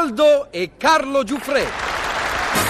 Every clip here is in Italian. Aldo e Carlo Giuffre.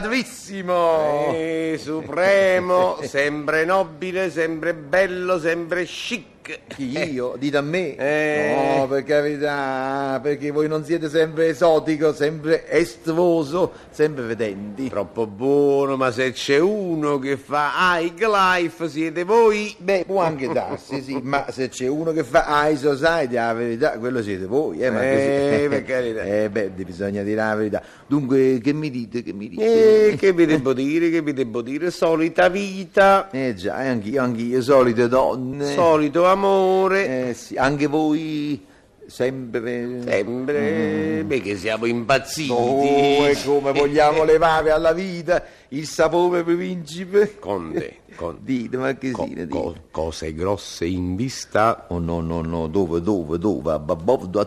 Leggiadrissimo! Eh, supremo, sempre nobile, sempre bello, sempre chic. Chi io? Dite a me? Eh. No, per carità, perché voi non siete sempre esotico, sempre estroso, sempre vedenti. Troppo buono, ma se c'è uno che fa high life siete voi. Beh, può anche darsi, sì, ma se c'è uno che fa high society, la verità, quello siete voi, eh, ma Eh, così- per carità. Eh, beh, bisogna dire la verità. Dunque, che mi dite, che mi dite? Eh, che vi devo dire, che vi devo dire? Solita vita, Eh già, eh, anch'io, anch'io, solite donne. Eh. solito amore, Eh sì, anche voi sempre... sempre... Beh, che siamo impazziti. Oh, e come vogliamo levare alla vita il sapore principe? Conte, Conte. Dite, ma che Co- sine, Ecco, co- dite. cose grosse in vista Oh no, no, no, dove, dove, dove? A Babovdo, a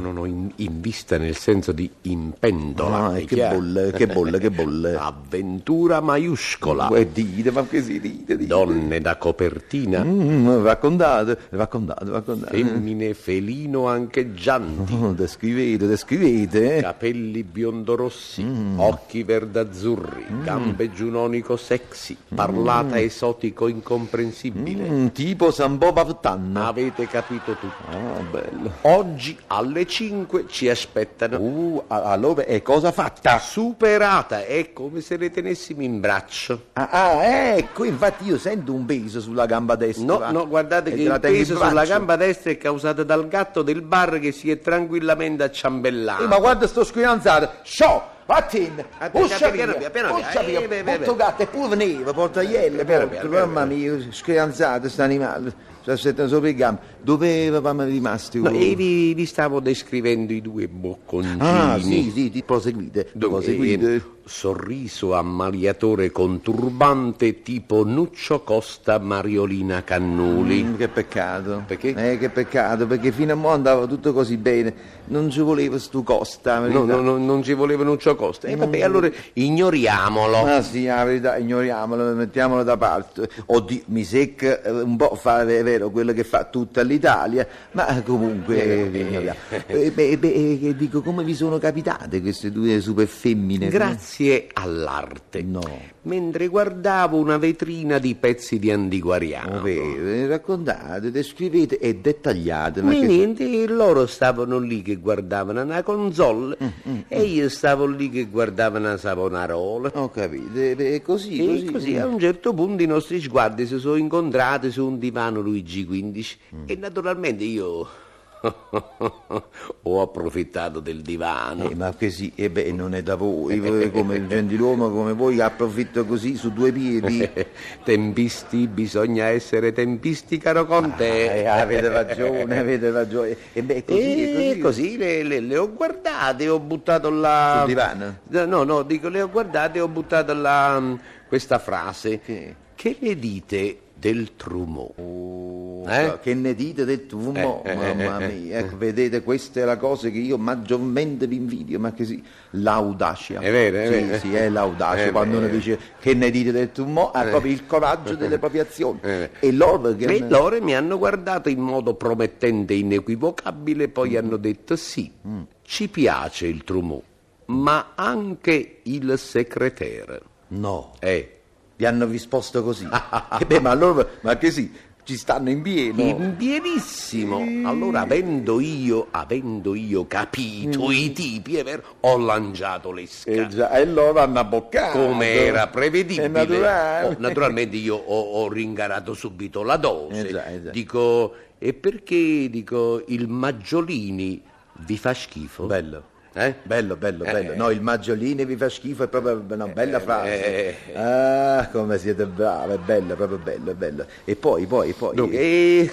No, no, no, in, in vista nel senso di impendola. Ah, è che chiaro? bolle, che bolle, che bolle. Avventura maiuscola. Eh, dite, ma che si dite, dite. Donne da copertina, Mm, raccontate, raccontate, raccontate. femmine felino ancheggianti, Oh, descrivete, descrivete. eh. capelli biondorossi, Mm. occhi verdazzurri, gambe giunonico sexy, parlata esotico incomprensibile. Mm, tipo San Bo Partanna. Avete capito tutto. Ah, bello. Oggi alle 5 ci aspettano. Uh, a- allora, è cosa fatta? Superata, è come se le tenessimo in braccio. Ah, ah, ecco, infatti io sento un peso sulla gamba No, destra. no, guardate E che te la il tengo in peso sulla braccio. gamba destra è causato dal gatto del bar che si è tranquillamente acciambellato. Eh, ma guarda sto scrianzato, sciò, Ah, attin, Attenta, uscia piano via, via, piano via, uscia eh, via, eh, eh, porto eh. gatto e pure neve, porta ielle, piano via, porto, piano mamma mia, scrianzato sta animale, si assettano sopra i gambi, dove eravamo rimasti? No, oh? e vi, vi stavo descrivendo i due bocconcini. Ah, sì, sì, ti- proseguite, Dunque, proseguite. eh, sorriso ammaliatore conturbante tipo Nuccio Costa Mariolina Cannuli. Mm, Che peccato. Perché? Eh, che peccato, perché fino a mo andava tutto così bene. Non ci voleva stu costa. la No, verità. no, no, non ci voleva Nuccio Costa. E vabbè, allora ignoriamolo. Mm. Ma Ah, sì, la verità, ignoriamolo, mettiamolo da parte. Oddio, mi secca eh, un po' fare, è vero, quello che fa tutta l'Italia, ma comunque eh, ignoriamo. Eh, beh, beh, eh, dico, come vi sono capitate queste due super femmine? Grazie all'arte. No. Mentre guardavo una vetrina di pezzi di antiquariato. Vabbè, eh, raccontate, descrivete e dettagliate. ma Ma che- niente, loro stavano lì che guardavano una console e io stavo lì che guardavo una savonarola. Ho capito, eh, beh, è così, E così. così, a un certo punto i nostri sguardi si sono incontrati su un divano Luigi XV e naturalmente io ho approfittato del divano. Eh, ma che sì, e beh, non è da voi, voi come il gentiluomo come voi approfitto così su due piedi. Tempisti, bisogna essere tempisti, caro Conte. Eh, avete eh, ragione, avete ragione. E beh, è così, è così. E così le, le- le ho guardate, ho buttato là. Sul divano? Eh, No, no, dico, le ho guardate e ho buttato là mh, questa frase. Che? Che ne dite del Trumeau? Oh, Eh? Che ne dite del tumo? Eh, eh, Mamma eh, eh, mia, ecco, vedete, questa è la cosa che io maggiormente vi invidio, ma che sì, l'audacia. È vero, è sì, vero. Eh, Sì, è l'audacia, È quando uno vero. dice che ne dite del tumo, ha proprio il coraggio delle proprie azioni. Eh. E loro che... E loro mi hanno guardato in modo promettente e inequivocabile, poi hanno detto sì, ci piace il Trumeau, ma anche il secretaire. No. Eh, Vi hanno risposto così. e beh, ma allora, ma che sì, ci stanno in pieno. in pienissimo. Allora, avendo io, avendo io capito i tipi, è vero, ho lanciato l'esca. E, Eh, già, e loro hanno abboccato. come era prevedibile. È naturale. Oh, naturalmente io ho, ho ringarato subito la dose. Eh già, eh già. Dico, e perché dico il Maggiolini vi fa schifo? Bello. Eh? Bello, bello, Eh. bello. No, il maggiolini vi fa schifo, è proprio una bella frase. eh. Ah, come siete bravi, è bello, proprio bello, è bello. E poi, poi, poi. Dunque, eh,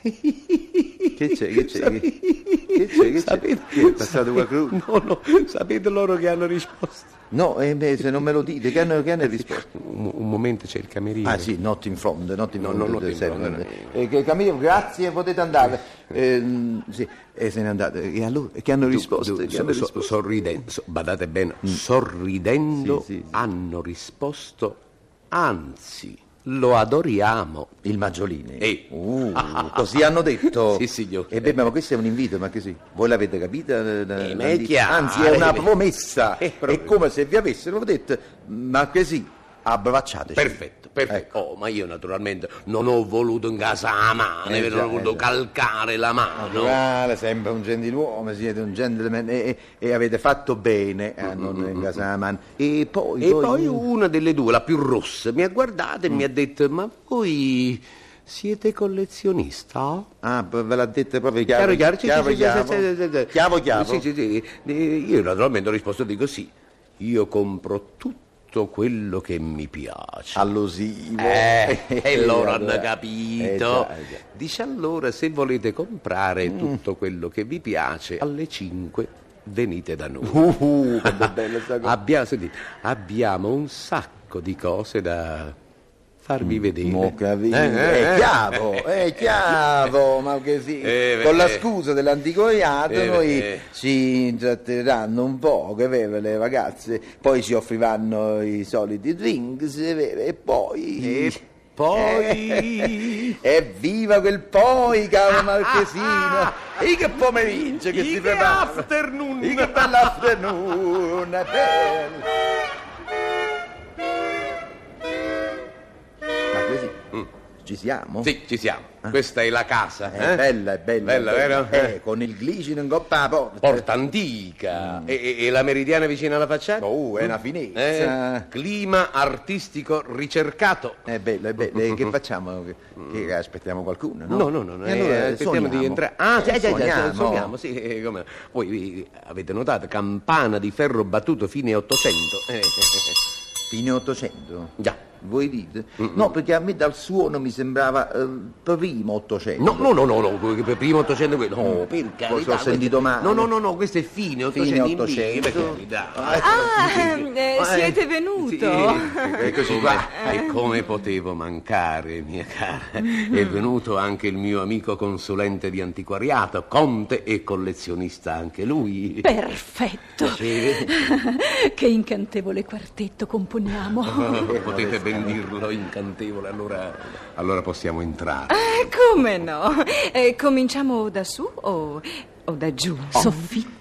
Che c'è, che c'è? Che che c'è, che c'è? sapete, Che è passato sapete- qualcuno? no, no, sapete loro che hanno risposto? No, eh, beh, se non me lo dite, che hanno, che hanno risposto? Un, un momento c'è il cameriere. Ah sì, not in front, not in No, front. no, not in serve. front, Eh, che- Camillo, grazie, potete andare. Ehm, sì, eh, se ne andate. E allora, che hanno risposto? Du- Che du- so- hanno so- risposto? Mm. sorridendo, so- badate bene, sorridendo Sì, sì, sì. hanno risposto, anzi, lo adoriamo. Il Maggiolini. Ehi. Uh, così hanno detto. Sì, signor. E beh, ma questo è un invito, ma che sì. Voi l'avete capita? eh, Eh, ma è Nandi? chiaro. Anzi, è una Eh, promessa. eh, è proprio. come se vi avessero detto, ma che sì, abbracciateci. Perfetto, Ecco. perfetto. Oh, ma io naturalmente non ho voluto in casa la mano, Eh, non già, ho voluto eh, già. Ah, calcare la mano. Naturale, sempre un gentiluomo, siete un gentleman e, e- e avete fatto bene a non ingasare la mano. E poi, E Mm. poi una delle due, la più rossa, mi ha guardato e mi ha detto, ma voi siete collezionista? Ah, p- ve l'ha detto proprio chiaro. Chiaro, chiaro, sì, chiaro, sì, sì, chiaro. sì, sì, sì, sì. Chiaro, chiaro. Sì, sì, sì. Eh, Io naturalmente ho risposto, dico sì, io compro tutto quello che mi piace. Allusivo. Eh, e loro allora- hanno Eh, capito. già, eh, già. Dice allora, se volete comprare Mm. tutto quello che vi piace, alle 5 venite da noi. Uh, che bella sta cosa. Abbiamo, sentite, abbiamo un sacco di cose da farvi vedere. Mm. Mo capito. Eh, eh, è eh. chiaro, è chiaro, ma che sì. Eh, beh, Con la eh. scusa dell'antiquariato Eh, beh, noi eh. ci intratterranno un po', che è vero, le ragazze, poi ci offriranno i soliti drinks, è vero, e poi... E poi... Evviva quel poi, caro Marchesino! ah, E che pomeriggio che I si che prepara! afternoon! I che bell'afternoon! è bello. Mm. Ma così, ci siamo? Sì, ci siamo. Eh. Questa è la casa. È eh? bella, è bella. Bella, è bella. vero? Eh, con il glicino in coppa alla porta. Porta antica. E, e- e la meridiana vicina alla facciata? Mm. Mm. Oh, è una finezza. Eh, clima artistico ricercato. È bello, è bello. E che facciamo? Che, che aspettiamo qualcuno, no? Mm. No, no, no, no, E eh, allora, aspettiamo sogniamo. di entrare. Ah, sì, Eh, sì, sì, sogniamo. sì, sogniamo, sì, eh, come no. Voi eh, avete notato, campana di ferro battuto fine 800. Eh, eh, eh, Fine 800? Già. Voi dite? No, perché a me dal suono mi sembrava eh, primo 800. No, no, no, no, no, que- che prima 800 quello. No, per carità. ho questo- sentito male. No, no, no, no, questo è fine 800. Fine in via, 800. Per carità. ecco, Ah, ehm, eh, Eh, siete Sì, venuto. Eccoci come- qua. E come potevo mancare, mia cara? È venuto anche il mio amico consulente di antiquariato, conte e collezionista anche lui. Perfetto. Sì. Che incantevole quartetto componiamo. Potete ben dirlo, incantevole, allora, allora possiamo entrare. Eh, come no? Eh, cominciamo da su o, o da giù? Eh. Soffitta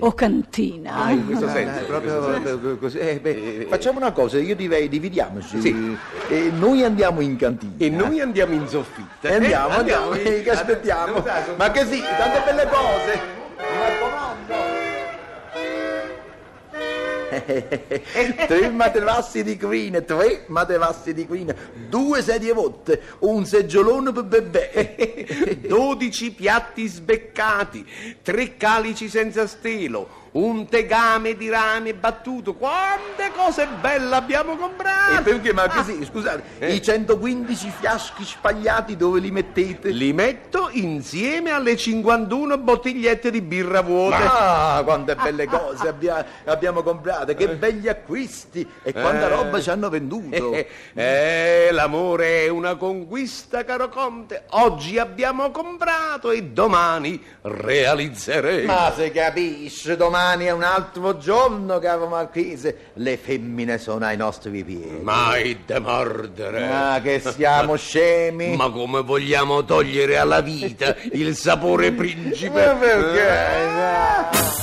o cantina? Ah, in questo Ah, senso, eh, in proprio questo eh, così. Eh, beh, facciamo una cosa, io direi dividiamoci. Sì. E noi andiamo in cantina. E noi andiamo in zoffitta. E andiamo, Eh, andiamo, eh, che aspettiamo. Ma che sì, tante belle cose. Mi raccomando. tre materassi di crine, tre materassi di crine, due sedie vuote, un seggiolone per bebè. 12 piatti sbeccati, tre calici senza stelo, un tegame di rame battuto. Quante cose belle abbiamo E comprato! perché, ma che sì, scusate, i 115 fiaschi spagliati dove li mettete? Li metto insieme alle 51 bottigliette di birra vuote. Ah, quante belle cose abbia- abbiamo comprate, che belli acquisti e quanta Eh. roba ci hanno venduto. Eh, eh, l'amore è una conquista, caro Conte. Oggi abbiamo comprato e domani realizzeremo. Ma se capisce, domani è un altro giorno, caro Marchese. Le femmine sono ai nostri piedi. Mai da mordere. Ah, che siamo scemi. Ma come vogliamo togliere alla vita il sapore principe? Ma perché? Ah. no?